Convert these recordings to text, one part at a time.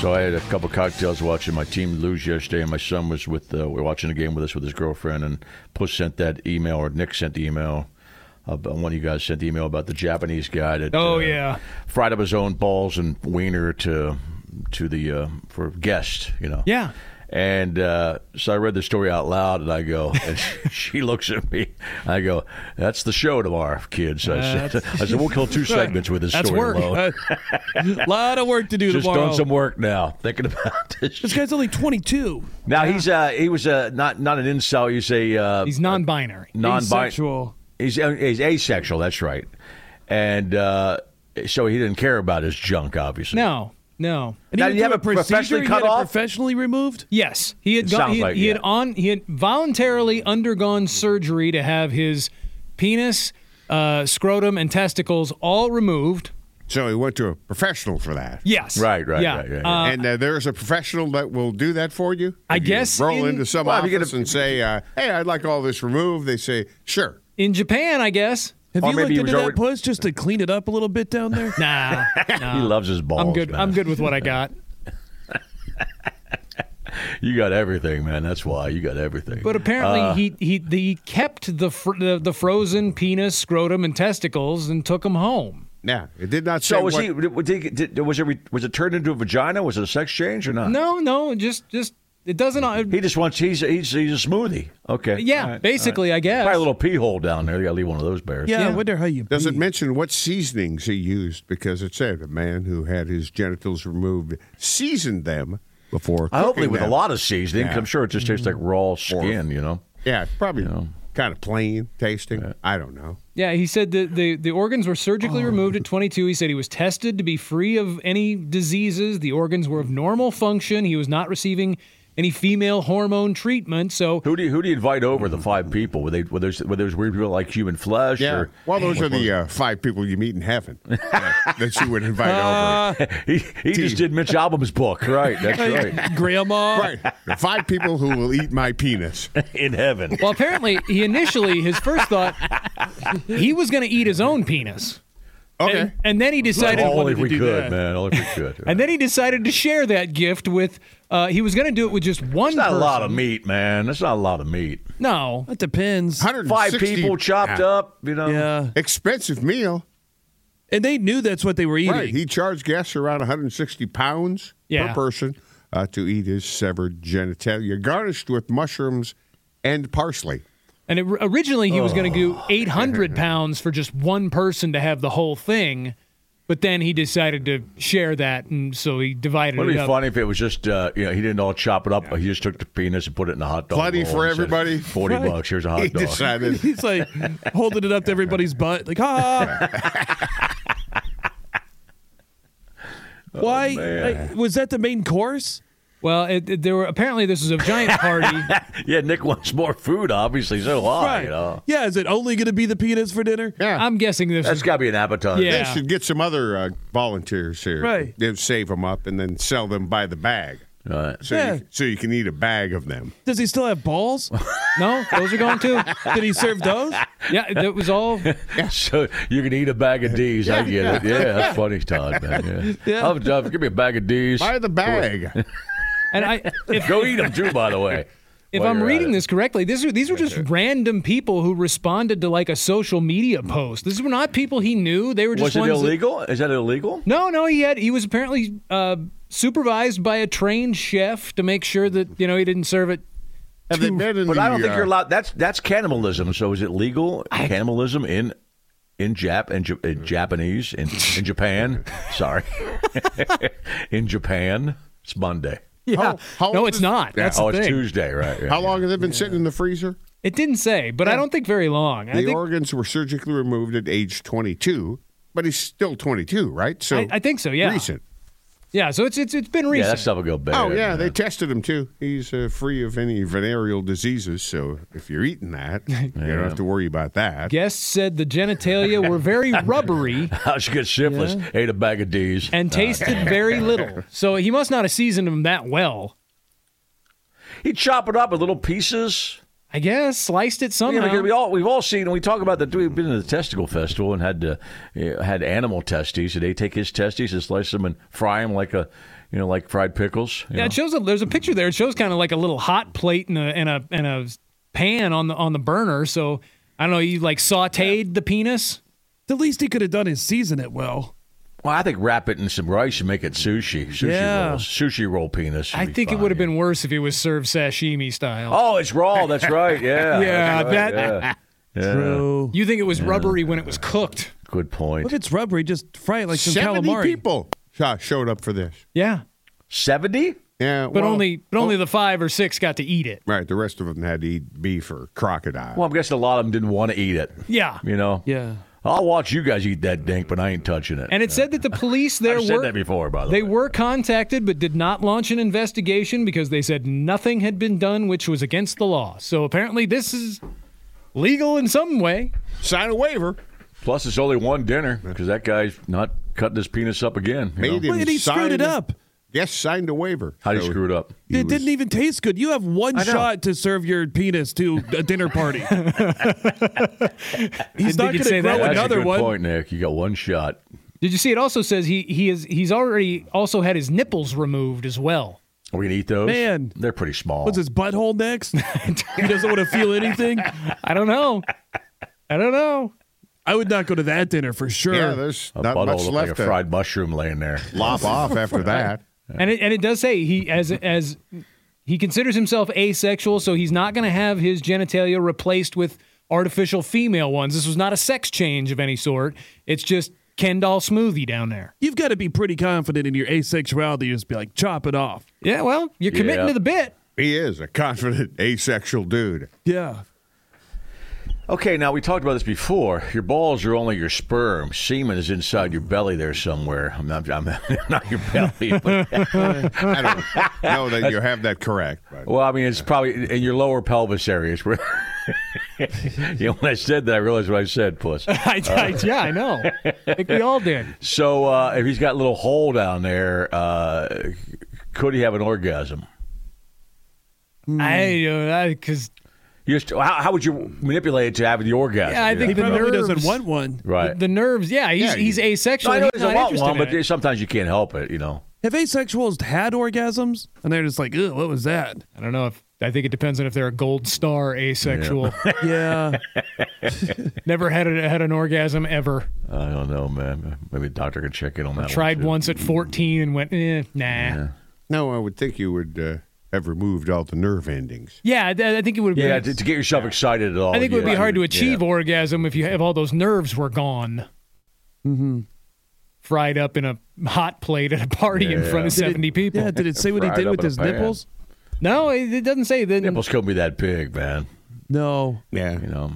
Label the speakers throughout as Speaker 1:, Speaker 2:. Speaker 1: So I had a couple cocktails watching my team lose yesterday, and my son was with uh, we were watching the game with us with his girlfriend, and Puss sent that email, or Nick sent the email. About, one of you guys sent the email about the Japanese guy that
Speaker 2: Oh,
Speaker 1: uh,
Speaker 2: yeah.
Speaker 1: fried up his own balls and wiener to to the uh, for guest, you know.
Speaker 2: Yeah.
Speaker 1: And uh, so I read the story out loud, and I go, and she looks at me. I go, "That's the show tomorrow, kids." I said, "I said we'll kill two segments with this
Speaker 2: That's
Speaker 1: story
Speaker 2: work.
Speaker 1: alone.
Speaker 2: A lot of work to do
Speaker 1: Just
Speaker 2: tomorrow.
Speaker 1: doing some work now, thinking about this."
Speaker 2: this guy's only 22.
Speaker 1: Now he's uh, he was uh, not not an incel. He's a uh,
Speaker 2: He's non-binary.
Speaker 1: Non-bi-
Speaker 2: Asexual.
Speaker 1: he's uh, he's asexual. That's right. And uh, so he didn't care about his junk, obviously.
Speaker 2: No, no. And
Speaker 1: Now,
Speaker 2: he
Speaker 1: did you
Speaker 2: went
Speaker 1: have
Speaker 2: through
Speaker 1: a
Speaker 2: procedure,
Speaker 1: professionally
Speaker 2: he
Speaker 1: cut
Speaker 2: had it
Speaker 1: off?
Speaker 2: Professionally removed? Yes, he had gone.
Speaker 1: sounds
Speaker 2: He, had-
Speaker 1: like-
Speaker 2: he had
Speaker 1: yeah.
Speaker 2: on. He had voluntarily undergone surgery to have his penis, uh, scrotum, and testicles all removed.
Speaker 3: So he went to a professional for that.
Speaker 2: Yes.
Speaker 1: Right, right,
Speaker 2: Yeah.
Speaker 1: right, right,
Speaker 2: Uh,
Speaker 1: right.
Speaker 3: and uh, there's a professional that will do that for you.
Speaker 2: I
Speaker 3: If you
Speaker 2: guess
Speaker 3: roll
Speaker 2: in-
Speaker 3: into some
Speaker 1: Well, if
Speaker 3: office
Speaker 1: you get a-
Speaker 3: and say, uh, "Hey, I'd like all this removed." They say, "Sure."
Speaker 2: in Japan, I guess.
Speaker 4: Have
Speaker 1: Or
Speaker 4: you
Speaker 1: maybe
Speaker 4: looked
Speaker 1: he
Speaker 4: into
Speaker 1: was
Speaker 4: that
Speaker 1: already-
Speaker 4: puss just to clean it up a little bit down there?
Speaker 2: Nah, nah.
Speaker 1: he loves his balls.
Speaker 2: Uh, I'm good.
Speaker 1: man.
Speaker 2: I'm good with what I got.
Speaker 1: You got everything, man. That's why you got everything.
Speaker 2: But apparently,
Speaker 1: Uh.
Speaker 2: he he he kept the, fr- the the frozen penis, scrotum, and testicles, and took them home.
Speaker 3: Now it did not say
Speaker 1: so was
Speaker 3: what-
Speaker 1: he? Did, he- did, was it? re- Was it turned into a vagina? Was it a sex change or not?
Speaker 2: No, no, just just it doesn't. uh,
Speaker 1: He just wants. He's he's he's a smoothie. Okay.
Speaker 2: Yeah,
Speaker 1: All right.
Speaker 2: basically, I guess.
Speaker 1: Probably a little pee hole down there. You got to leave one of those bears.
Speaker 4: Yeah, I wonder how you.
Speaker 3: Does it
Speaker 4: pee.
Speaker 3: mention what seasonings he used? Because it said a man who had his genitals removed seasoned them before.
Speaker 1: I hope
Speaker 3: cooking
Speaker 1: they with a
Speaker 3: them.
Speaker 1: lot of seasoning. 'cause
Speaker 3: Yeah. Mm-hmm.
Speaker 1: I'm sure it just tastes like raw skin. You know.
Speaker 3: Yeah, probably kind of plain tasting. I don't know.
Speaker 2: Yeah, he said the, the, the organs were surgically
Speaker 1: Oh.
Speaker 2: removed at 22. He said he was tested to be free of any diseases. The organs were of normal function. He was not receiving any female hormone treatment. So
Speaker 1: Who do you, who do you invite over the five people? Were they were there's were there's weird people like human flesh?
Speaker 3: Yeah.
Speaker 1: Or,
Speaker 3: Well, those are the uh, five people you meet in heaven uh, that you would invite over.
Speaker 1: he he just did Mitch Albom's book, right? That's right.
Speaker 4: Grandma.
Speaker 3: Right. The five people who will eat my penis.
Speaker 1: In heaven.
Speaker 2: well, apparently he initially his first thought he was going to eat his own penis,
Speaker 3: Okay.
Speaker 2: and, and then he decided
Speaker 1: All if
Speaker 2: to
Speaker 1: we
Speaker 2: do
Speaker 1: could,
Speaker 2: that.
Speaker 1: man. All if we could.
Speaker 2: And then he decided to share that gift with. Uh, he was going to do it with just
Speaker 1: That's
Speaker 2: one.
Speaker 1: not a
Speaker 2: person.
Speaker 1: lot of meat, man. That's not a lot of meat.
Speaker 2: No,
Speaker 4: That depends.
Speaker 3: 160
Speaker 1: Five people chopped
Speaker 3: Yeah.
Speaker 1: up, you know.
Speaker 4: Yeah,
Speaker 3: Expensive meal.
Speaker 4: and they knew that's what they were eating.
Speaker 3: Right. He charged guests around 160 pounds
Speaker 2: Yeah.
Speaker 3: per person uh, to eat his severed genitalia, garnished with mushrooms and parsley.
Speaker 2: and it, originally he was going to
Speaker 1: Oh,
Speaker 2: do 800 pounds for just one person to have the whole thing, but then he decided to share that, and so he divided
Speaker 1: Wouldn't it
Speaker 2: it
Speaker 1: be
Speaker 2: up.
Speaker 1: funny if it was just uh, you know he didn't all chop it up, but he just took the penis and put it in a hot dog.
Speaker 3: Plenty
Speaker 1: roll
Speaker 3: for
Speaker 1: and said,
Speaker 3: everybody.
Speaker 1: Forty bucks. Here's a hot
Speaker 3: He
Speaker 1: dog.
Speaker 3: decided
Speaker 4: He's like holding it up to everybody's butt, like ah. Why like, was that the main course?
Speaker 2: Well, it, it- there were apparently this was a giant party.
Speaker 1: Yeah, Nick wants more food, obviously. So why? You know?
Speaker 4: Yeah, is it only going to be the penis for dinner?
Speaker 2: I'm guessing this.
Speaker 1: That's
Speaker 2: Was,
Speaker 1: got to be an appetizer.
Speaker 2: Yeah.
Speaker 3: They should get some other uh, volunteers here.
Speaker 4: Right.
Speaker 3: They'll save them up and then sell them by the bag.
Speaker 1: Right.
Speaker 3: So,
Speaker 4: Yeah.
Speaker 3: you, so you can eat a bag of them.
Speaker 4: Does he still have balls?
Speaker 2: no, those are going too.
Speaker 4: Did he serve those?
Speaker 2: Yeah, that was all.
Speaker 1: So you can eat a bag of D's. I get it. Yeah, that's funny, Todd. Man. Yeah.
Speaker 4: Yeah.
Speaker 1: I'm tough. Give me a bag of D's.
Speaker 3: By the bag.
Speaker 2: And I, if,
Speaker 1: Go eat them too. By the way.
Speaker 2: if
Speaker 1: while
Speaker 2: I'm
Speaker 1: you're at
Speaker 2: reading
Speaker 1: it.
Speaker 2: this correctly, these are these were just random people who responded to like a social media post. These were not people he knew. They were
Speaker 1: was
Speaker 2: just
Speaker 1: it
Speaker 2: ones that-
Speaker 1: illegal? Is that illegal?
Speaker 2: No, no, he had he was apparently uh, supervised by a trained chef to make sure that you know he didn't serve it.
Speaker 3: Have they been in
Speaker 1: But
Speaker 3: the,
Speaker 1: I don't think
Speaker 3: uh,
Speaker 1: you're allowed. That's that's cannibalism. So is it legal cannibalism in in Jap and in, in Japanese in in Japan? Sorry, in Japan it's Monday.
Speaker 3: How- how
Speaker 2: no,
Speaker 3: old
Speaker 2: it's
Speaker 3: is-
Speaker 2: not. That's
Speaker 1: oh,
Speaker 2: the
Speaker 1: it's
Speaker 2: thing.
Speaker 1: Tuesday, right? yeah,
Speaker 3: How
Speaker 1: yeah.
Speaker 3: long have they been sitting in the freezer?
Speaker 2: It didn't say, but I don't think very long. I
Speaker 3: The
Speaker 2: think,
Speaker 3: organs were surgically removed at age 22, but he's still 22, right? So
Speaker 2: I, I think so. Yeah.
Speaker 3: recent.
Speaker 2: Yeah, so it's it's it's been
Speaker 1: Yeah,
Speaker 2: recent.
Speaker 1: that stuff will go bad.
Speaker 3: Oh yeah, they tested him too. He's uh, free of any venereal diseases, so if you're eating that, you don't have to worry about that.
Speaker 2: Guests said the genitalia were very rubbery
Speaker 1: I should get syphilis. Ate a bag of D's.
Speaker 2: and tasted very little. So he must not have seasoned them that well.
Speaker 1: He chop it up in little pieces.
Speaker 2: I guess sliced it
Speaker 1: You know,
Speaker 2: somehow.
Speaker 1: we all we've all seen. We talk about that. We've been to the testicle festival and had uh, you know, had animal testes. And they take his testes and slice them and fry them like a, you know, like fried pickles. you
Speaker 2: yeah,
Speaker 1: know?
Speaker 2: it shows. A, there's a picture there. It shows kind of like a little hot plate and a and a and a pan on the on the burner. So I don't know. You like sautéed the penis.
Speaker 4: The least he could have done is season it well.
Speaker 1: Well, I think wrap it in some rice and make it sushi. Sushi
Speaker 4: Yeah.
Speaker 1: rolls. Sushi roll penis. should
Speaker 2: I
Speaker 1: be
Speaker 2: think it
Speaker 1: fine.
Speaker 2: would have been worse if it was served sashimi style.
Speaker 1: Oh, it's raw. That's right. Yeah.
Speaker 2: yeah,
Speaker 1: That's right,
Speaker 2: that.
Speaker 1: yeah.
Speaker 4: True.
Speaker 2: You think it was rubbery when it was cooked?
Speaker 1: Good point.
Speaker 4: If it's rubbery, just fry it like some
Speaker 3: Seventy
Speaker 4: calamari.
Speaker 3: people sho- showed up for this.
Speaker 2: Yeah,
Speaker 1: Seventy.
Speaker 3: Yeah,
Speaker 2: but only but
Speaker 1: oh.
Speaker 2: only the five or six got to eat it.
Speaker 3: right. The rest of them had to eat beef or crocodile.
Speaker 1: Well, I'm guessing a lot of them didn't want to eat it.
Speaker 2: Yeah,
Speaker 1: You know.
Speaker 4: Yeah.
Speaker 1: I'll watch you guys eat that dink, but I ain't touching it.
Speaker 2: and it said that the police there
Speaker 1: I've said
Speaker 2: were
Speaker 1: that before, by the
Speaker 2: they
Speaker 1: way.
Speaker 2: were contacted but did not launch an investigation because they said nothing had been done, which was against the law. So apparently, this is legal in some way.
Speaker 3: Sign a waiver.
Speaker 1: Plus, it's only one dinner because that guy's not cutting his penis up again. you know?
Speaker 3: Made
Speaker 4: Well,
Speaker 3: him
Speaker 4: and he
Speaker 3: sign
Speaker 4: screwed it
Speaker 3: a-
Speaker 4: up.
Speaker 3: Yes, signed a waiver.
Speaker 1: How do you
Speaker 3: So
Speaker 1: screw it up?
Speaker 3: he
Speaker 4: It
Speaker 3: was-
Speaker 4: didn't even taste good. You have one shot to serve your penis to a dinner party. He's
Speaker 2: Didn't
Speaker 4: not
Speaker 2: think you'd
Speaker 4: going
Speaker 2: say
Speaker 4: to
Speaker 2: that.
Speaker 4: grow
Speaker 1: That's a
Speaker 4: Oh, another
Speaker 1: good
Speaker 4: one.
Speaker 1: point, Nick. You got one shot.
Speaker 2: Did you see? It also says he he is he's already also had his nipples removed as well.
Speaker 1: Are we gonna eat those?
Speaker 4: Man.
Speaker 1: they're pretty small.
Speaker 4: What's his butthole next? he doesn't want to feel anything.
Speaker 2: I don't know. I don't know.
Speaker 4: I would not go to that dinner for sure.
Speaker 3: Yeah, there's
Speaker 1: A
Speaker 3: not
Speaker 1: butthole
Speaker 3: much
Speaker 1: looked
Speaker 3: left
Speaker 1: like
Speaker 3: to
Speaker 1: a fried mushroom laying there.
Speaker 3: lop off after that.
Speaker 2: And it, and it does say he as as he considers himself asexual, so he's not going to have his genitalia replaced with artificial female ones. This was not a sex change of any sort. It's just Ken doll smoothie down there.
Speaker 4: You've got to be pretty confident in your asexuality. You just be like, chop it off.
Speaker 2: Yeah, well, you're committing
Speaker 1: Yeah.
Speaker 2: to the bit.
Speaker 3: He is a confident asexual dude.
Speaker 4: Yeah.
Speaker 1: Okay, now we talked about this before. Your balls are only your sperm. Semen is inside your belly there somewhere. I'm not, I'm not your belly, but
Speaker 3: I don't know that you have that correct. But
Speaker 1: well, I mean, it's probably in your lower pelvis areas. Where you know, when I said that, I realized what I said, puss.
Speaker 2: I, I- yeah, I know. I think we all did.
Speaker 1: So uh, if he's got a little hole down there, uh, could he have an orgasm? Hmm.
Speaker 2: I uh, because
Speaker 1: You just, how, how would you manipulate it to have the orgasm?
Speaker 2: Yeah, I
Speaker 1: You
Speaker 2: think
Speaker 4: He
Speaker 1: know?
Speaker 2: the
Speaker 4: probably
Speaker 2: nerves-
Speaker 4: doesn't want one.
Speaker 1: right.
Speaker 2: the nerves. Yeah, he's
Speaker 3: Yeah,
Speaker 2: he's
Speaker 1: No,
Speaker 2: asexual.
Speaker 1: I know
Speaker 2: he's
Speaker 1: there's a
Speaker 2: not
Speaker 1: lot
Speaker 2: interested
Speaker 1: one,
Speaker 2: in
Speaker 1: but
Speaker 2: it.
Speaker 1: sometimes you can't help it. You know.
Speaker 4: Have asexuals had orgasms? And they're just like, ugh, what was that?
Speaker 2: I don't know if I think it depends on if they're a gold star asexual.
Speaker 4: Yeah.
Speaker 2: Never had a, had an orgasm ever.
Speaker 1: I don't know, man. Maybe the doctor could check in on that.
Speaker 2: Tried
Speaker 1: one.
Speaker 2: once at 14 and went, eh, nah. Yeah,
Speaker 3: no, I would think you would uh, have removed all the nerve endings.
Speaker 2: I, I think it would
Speaker 1: too.
Speaker 2: be.
Speaker 1: Yeah, to, to get yourself excited at all.
Speaker 2: I think it would be
Speaker 1: yeah.
Speaker 2: hard to achieve
Speaker 1: Yeah.
Speaker 2: orgasm if you if all those nerves were gone. Mm-hmm. Fried up in a hot plate at a party in front of 70 people.
Speaker 4: Yeah. Did it say what he
Speaker 1: Fried
Speaker 4: did
Speaker 1: up
Speaker 4: with
Speaker 1: in a
Speaker 4: his
Speaker 1: pan.
Speaker 4: nipples?
Speaker 2: No, it, it doesn't say that.
Speaker 1: Nipples couldn't be that big, man.
Speaker 4: No.
Speaker 3: Yeah,
Speaker 1: You know.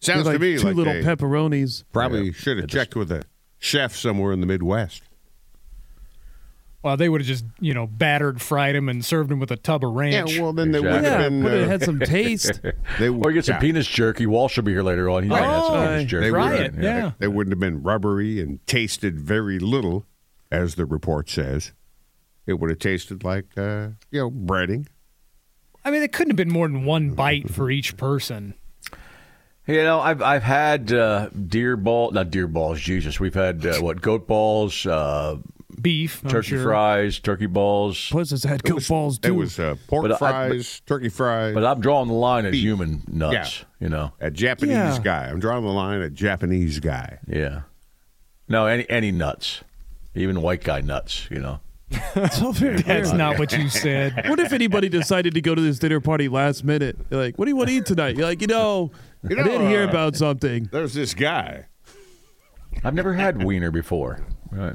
Speaker 3: sounds
Speaker 4: They're
Speaker 3: to me
Speaker 4: two
Speaker 3: like
Speaker 4: little
Speaker 3: they
Speaker 4: pepperonis.
Speaker 3: probably should have checked with a chef somewhere in the Midwest.
Speaker 2: Well, they would have just, you know, battered, fried him, and served him with a tub of
Speaker 3: Yeah,
Speaker 2: ranch.
Speaker 3: well then they
Speaker 1: Exactly.
Speaker 3: would
Speaker 4: Yeah,
Speaker 3: have been.
Speaker 4: but it
Speaker 3: uh,
Speaker 4: had some taste.
Speaker 3: they,
Speaker 1: Or you get some
Speaker 3: yeah,
Speaker 1: penis jerky. Walsh will be here later on. He's gonna have some
Speaker 4: Oh,
Speaker 1: penis jerky.
Speaker 3: they
Speaker 2: Try
Speaker 3: would
Speaker 2: it.
Speaker 3: have-
Speaker 2: Yeah.
Speaker 3: They wouldn't have been rubbery and tasted very little, as the report says. It would have tasted like uh, you know breading.
Speaker 2: I mean, it couldn't have been more than one bite for each person.
Speaker 1: You know, I've I've had uh, deer ball, not deer balls. Jesus, we've had uh, what goat balls, uh,
Speaker 2: Beef, I'm
Speaker 1: turkey
Speaker 2: Oh, sure.
Speaker 1: fries, turkey balls.
Speaker 4: Plus, it's had goat balls
Speaker 3: It
Speaker 4: too.
Speaker 3: was uh, pork
Speaker 1: But I-
Speaker 3: fries, turkey fries.
Speaker 1: But I'm drawing the line at human nuts. You know,
Speaker 3: a Japanese
Speaker 4: Yeah.
Speaker 3: guy. I'm drawing the line. A Japanese guy.
Speaker 1: yeah. No, any any nuts, even white guy nuts. You know.
Speaker 4: So very
Speaker 2: That's
Speaker 4: weird.
Speaker 2: not what you said.
Speaker 4: What if anybody decided to go to this dinner party last minute? You're like, what do you want to eat tonight? You're like, you know,
Speaker 3: You
Speaker 4: I didn't
Speaker 3: know,
Speaker 4: hear
Speaker 3: uh,
Speaker 4: about something.
Speaker 3: There's this guy.
Speaker 1: I've never had wiener before. Right.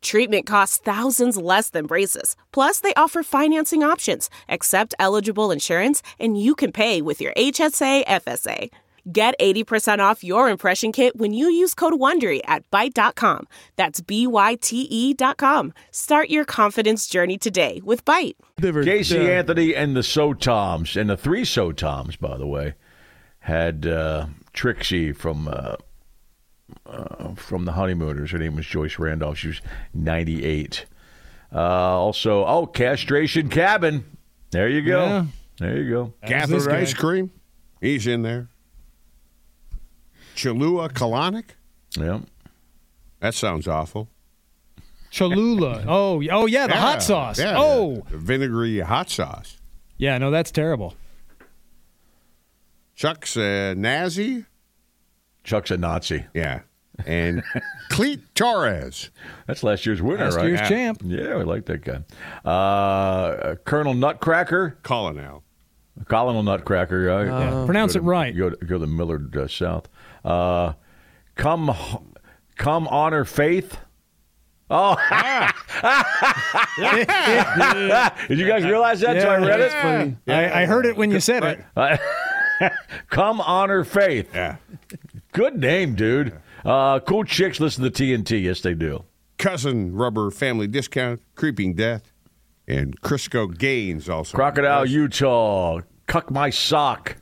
Speaker 5: Treatment costs thousands less than braces. Plus, they offer financing options, accept eligible insurance, and you can pay with your HSA, FSA. Get 80% off your impression kit when you use code WONDERY at Byte.com. That's B-Y-T-E E dot com. Start your confidence journey today with Byte.
Speaker 4: Never-
Speaker 1: Casey
Speaker 4: yeah.
Speaker 1: Anthony and the So Toms, and the three So Toms, by the way, had uh, Trixie from uh, uh, from the Honeymooners. Her name was Joyce Randolph. She was 98. Uh, also, oh, Castration Cabin. There you go.
Speaker 2: Yeah.
Speaker 1: There you go.
Speaker 2: this
Speaker 3: Gathered
Speaker 2: guy.
Speaker 3: ice cream. He's in there. Cholula colonic.
Speaker 1: Yeah.
Speaker 3: That sounds awful.
Speaker 2: Cholula. Oh, y- oh yeah, the
Speaker 3: Yeah,
Speaker 2: hot sauce.
Speaker 3: yeah,
Speaker 2: oh,
Speaker 3: the vinegary hot sauce.
Speaker 2: yeah. No, that's terrible.
Speaker 3: Chuck's uh, Nazi.
Speaker 1: Chuck's a Nazi.
Speaker 3: Yeah, and Cleet Torres.
Speaker 1: That's last year's winner,
Speaker 2: Last
Speaker 1: right?
Speaker 2: year's champ.
Speaker 1: Yeah, we like that guy. Uh, Colonel Nutcracker,
Speaker 3: Colonel.
Speaker 1: Colonel Nutcracker. Uh, yeah.
Speaker 2: Pronounce it
Speaker 1: Go to-
Speaker 2: right.
Speaker 1: Go to, go to Millard uh, South. Uh, come, h- come honor faith. Oh, did you guys realize that? until I read it.
Speaker 2: I, I heard it when you said it.
Speaker 1: Come honor faith.
Speaker 3: Yeah.
Speaker 1: Good name, dude. Uh, cool chicks listen to TNT. Yes, they do.
Speaker 3: Cousin Rubber Family Discount. Creeping Death. And Crisco Gaines also.
Speaker 1: Crocodile, Utah. Cuck my sock.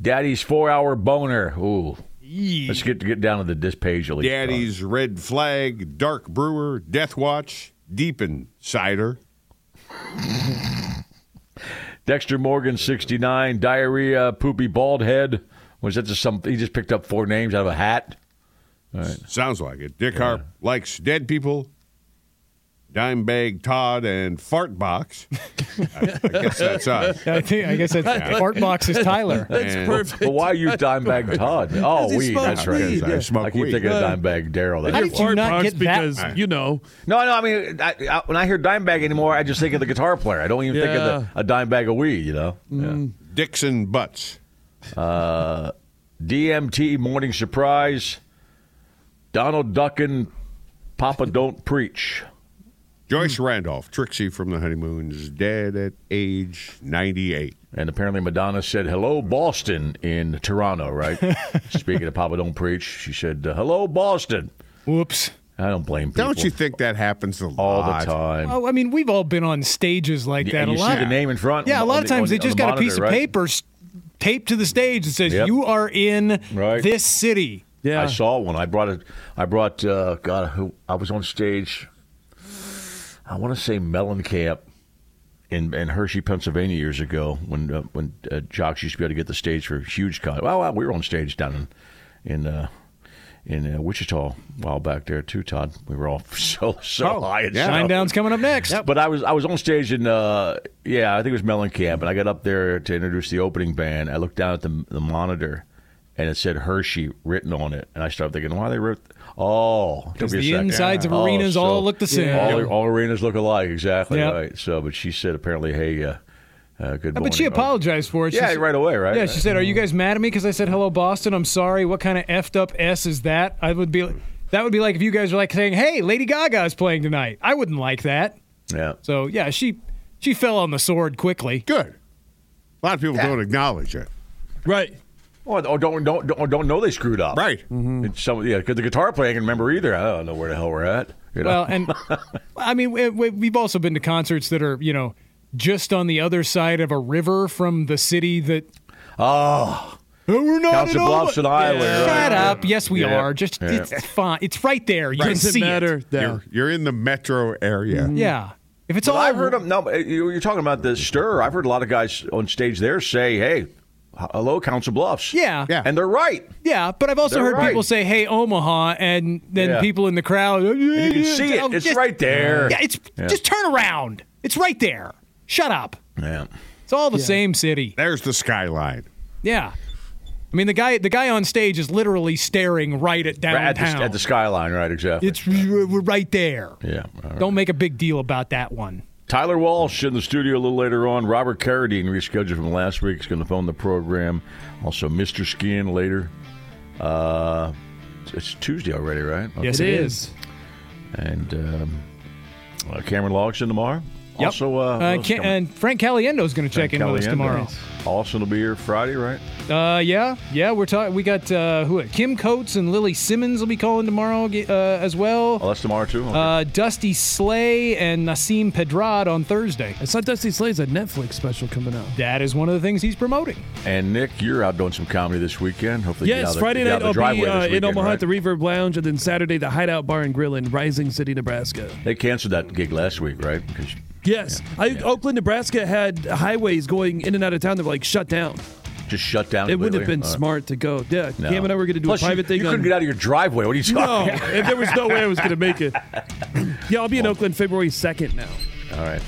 Speaker 1: Daddy's four-hour boner. Ooh. Let's get get down to the dispagially.
Speaker 3: Daddy's Red Flag, Dark Brewer, Death Watch, Deepen Cider.
Speaker 1: Dexter Morgan, 69, diarrhea, poopy bald head. Was that just some? He just picked up four names out of a hat.
Speaker 3: Sounds like it. Dick Harp likes dead people. Dimebag Todd and Fart Box. I, I guess that's us.
Speaker 2: I, think, I guess that's Fart Box is Tyler.
Speaker 4: That's
Speaker 3: And-
Speaker 4: perfect.
Speaker 1: But why you Dimebag Todd? Oh,
Speaker 4: he
Speaker 1: weed.
Speaker 4: smokes
Speaker 1: That's right.
Speaker 4: weed.
Speaker 3: I
Speaker 1: I
Speaker 3: smoke
Speaker 1: keep
Speaker 3: weed.
Speaker 1: thinking of Dimebag Daryl. That's
Speaker 2: How
Speaker 1: why.
Speaker 2: did you not
Speaker 4: Fart
Speaker 2: get that?
Speaker 4: because you know
Speaker 1: No, no. I mean, I, I, when I hear Dimebag anymore, I just think of the guitar player. I don't even think of the, a Dimebag of weed. You know. Yeah.
Speaker 3: Dixon Butts.
Speaker 1: DMT morning surprise. Donald Duckin, Papa don't preach.
Speaker 3: Joyce Randolph, Trixie from the Honeymoons, dead at age 98.
Speaker 1: And apparently Madonna said hello Boston in Toronto, right? Speaking of Papa Don't Preach, she said uh, hello Boston.
Speaker 2: Whoops.
Speaker 1: I don't blame people.
Speaker 3: Don't you think that happens a
Speaker 1: all
Speaker 3: lot?
Speaker 1: the time?
Speaker 2: Oh, I mean, we've all been on stages like
Speaker 1: Yeah,
Speaker 2: that.
Speaker 1: and
Speaker 2: a
Speaker 1: you
Speaker 2: lot.
Speaker 1: see the name in front.
Speaker 2: Yeah, a
Speaker 1: on
Speaker 2: lot
Speaker 1: the-
Speaker 2: of times
Speaker 1: on
Speaker 2: they
Speaker 1: the-
Speaker 2: just
Speaker 1: on
Speaker 2: got
Speaker 1: the
Speaker 2: a piece of
Speaker 1: monitor, right?
Speaker 2: paper s- taped to the stage that says
Speaker 1: Yep.
Speaker 2: you are in
Speaker 1: Right.
Speaker 2: this city.
Speaker 4: yeah
Speaker 1: I saw one. I brought it. I brought. Uh, God, who? I was on stage. I want to say Mellencamp in in Hershey, Pennsylvania, years ago when uh, when uh, jocks used to be able to get the stage for huge con. Well, well, we were on stage down in in uh, in uh, Wichita a while back there too, Todd. We were all so so high. and
Speaker 3: Oh, yeah.
Speaker 1: stuff.
Speaker 2: Shine down's coming up next.
Speaker 1: But I was I was on stage in uh yeah I think it was Mellencamp and I got up there to introduce the opening band. I looked down at the the monitor, and it said Hershey written on it, and I started thinking why they wrote oh took me a
Speaker 2: the
Speaker 1: second. Oh,
Speaker 2: insides of arenas all look the same.
Speaker 1: All, all arenas look alike exactly
Speaker 2: Yeah.
Speaker 1: right. So but she said apparently hey uh, uh good morning.
Speaker 2: But she apologized for it. She
Speaker 1: Yeah,
Speaker 2: said-
Speaker 1: right away, right? Mm-hmm.
Speaker 2: Yeah, she said, "Are you guys mad at me because I said hello, Boston? I'm sorry. What kind of effed up s is that? I would be, that would be like if you guys were like saying, hey, Lady Gaga is playing tonight. I wouldn't like that.
Speaker 1: Yeah.
Speaker 2: So yeah, she she fell on the sword quickly.
Speaker 3: Good. A lot of people don't acknowledge it.
Speaker 4: right
Speaker 1: Or, or Oh, don't don't don't, don't know they screwed up.
Speaker 3: Right.
Speaker 1: It's some yeah because the guitar player I can remember either. I don't know where the hell we're at. You know?
Speaker 2: Well, and I mean, we, we- we've also been to concerts that are you know just on the other side of a river from the city that.
Speaker 1: Ah.
Speaker 2: Oh. We're not
Speaker 1: Council
Speaker 2: in Ola-
Speaker 1: Bluffs and Island,
Speaker 2: Shut
Speaker 1: right.
Speaker 2: up. Yes, we
Speaker 1: Yeah.
Speaker 2: are. Just
Speaker 1: Yeah.
Speaker 2: it's fine. It's right there. You can
Speaker 4: doesn't
Speaker 2: see
Speaker 4: matter
Speaker 2: it.
Speaker 4: Yeah.
Speaker 3: You're, you're in the metro area.
Speaker 2: Yeah. If it's
Speaker 1: Well,
Speaker 2: all
Speaker 1: I've heard them. No, you- you're talking about the stir. I've heard a lot of guys on stage there say, "Hey, hello, Council Bluffs."
Speaker 2: Yeah.
Speaker 3: Yeah.
Speaker 1: and they're right.
Speaker 2: Yeah, but I've also
Speaker 1: They're
Speaker 2: heard
Speaker 1: right.
Speaker 2: people say, "Hey, Omaha," and then
Speaker 1: Yeah.
Speaker 2: people in the crowd, "Oh, you
Speaker 1: You can see it. It's right there.
Speaker 2: Yeah, it's just turn around. It's right there. Shut up.
Speaker 1: Yeah.
Speaker 2: It's all the same city.
Speaker 3: There's the skyline.
Speaker 2: Yeah. I mean, the guy the guy on stage is literally staring right at downtown.
Speaker 1: At the, at the skyline, right? Exactly.
Speaker 2: it's r- r- right there.
Speaker 1: yeah. all right.
Speaker 2: Don't make a big deal about that one.
Speaker 1: Tyler Walsh in the studio a little later on. Robert Carradine rescheduled from last week is going to phone the program. Also, Mr. Skin later. Uh, it's Tuesday already, right?
Speaker 2: Yes, it is.
Speaker 1: And um, uh, Cameron Logson tomorrow.
Speaker 2: Yep.
Speaker 1: Also, uh, who
Speaker 2: Uh,
Speaker 1: else
Speaker 2: Ca-
Speaker 1: coming?
Speaker 2: and Frank Caliendo is going to check in with us
Speaker 1: Caliendo.
Speaker 2: tomorrow.
Speaker 1: Austin will be here Friday, right?
Speaker 2: Uh, yeah, yeah, we're talking. We got uh, who? Kim Coates and Lily Simmons will be calling tomorrow ge- uh, as well.
Speaker 1: Oh, that's tomorrow too. Okay.
Speaker 2: Uh, Dusty Slay and Nassim Pedrad on Thursday.
Speaker 4: It's not Dusty Slade's a Netflix special coming out.
Speaker 2: That is one of the things he's promoting.
Speaker 1: and Nick, you're out doing some comedy this weekend. Hopefully, you get
Speaker 4: Yes,
Speaker 1: out of the-
Speaker 4: Friday
Speaker 1: get out
Speaker 4: night
Speaker 1: of the
Speaker 4: I'll
Speaker 1: driveway
Speaker 4: be
Speaker 1: this
Speaker 4: uh, in
Speaker 1: weekend,
Speaker 4: Omaha
Speaker 1: right?
Speaker 4: at the Reverb Lounge, and then Saturday the Hideout Bar and Grill in Rising City, Nebraska.
Speaker 1: They canceled that gig last week, right? 'Cause-
Speaker 4: Yes, I, Oakland, Nebraska had highways going in and out of town that were like shut down.
Speaker 1: just shut down.
Speaker 4: It wouldn't have
Speaker 1: completely?
Speaker 4: been
Speaker 1: Uh,
Speaker 4: smart to go. Yeah,
Speaker 1: no.
Speaker 4: Cam and I were going to do
Speaker 1: Plus,
Speaker 4: a
Speaker 1: you-
Speaker 4: private thing.
Speaker 1: You
Speaker 4: on,
Speaker 1: couldn't get out of your driveway. What are you
Speaker 4: No,
Speaker 1: talking? about?
Speaker 4: if there was no way I was going to make it. Yeah, I'll be in Oakland February 2nd now.
Speaker 1: All right.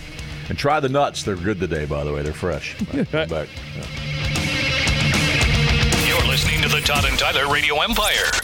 Speaker 1: And try the nuts. They're good today, by the way. They're fresh. But- but-
Speaker 6: You're listening to the Todd and Tyler Radio Empire.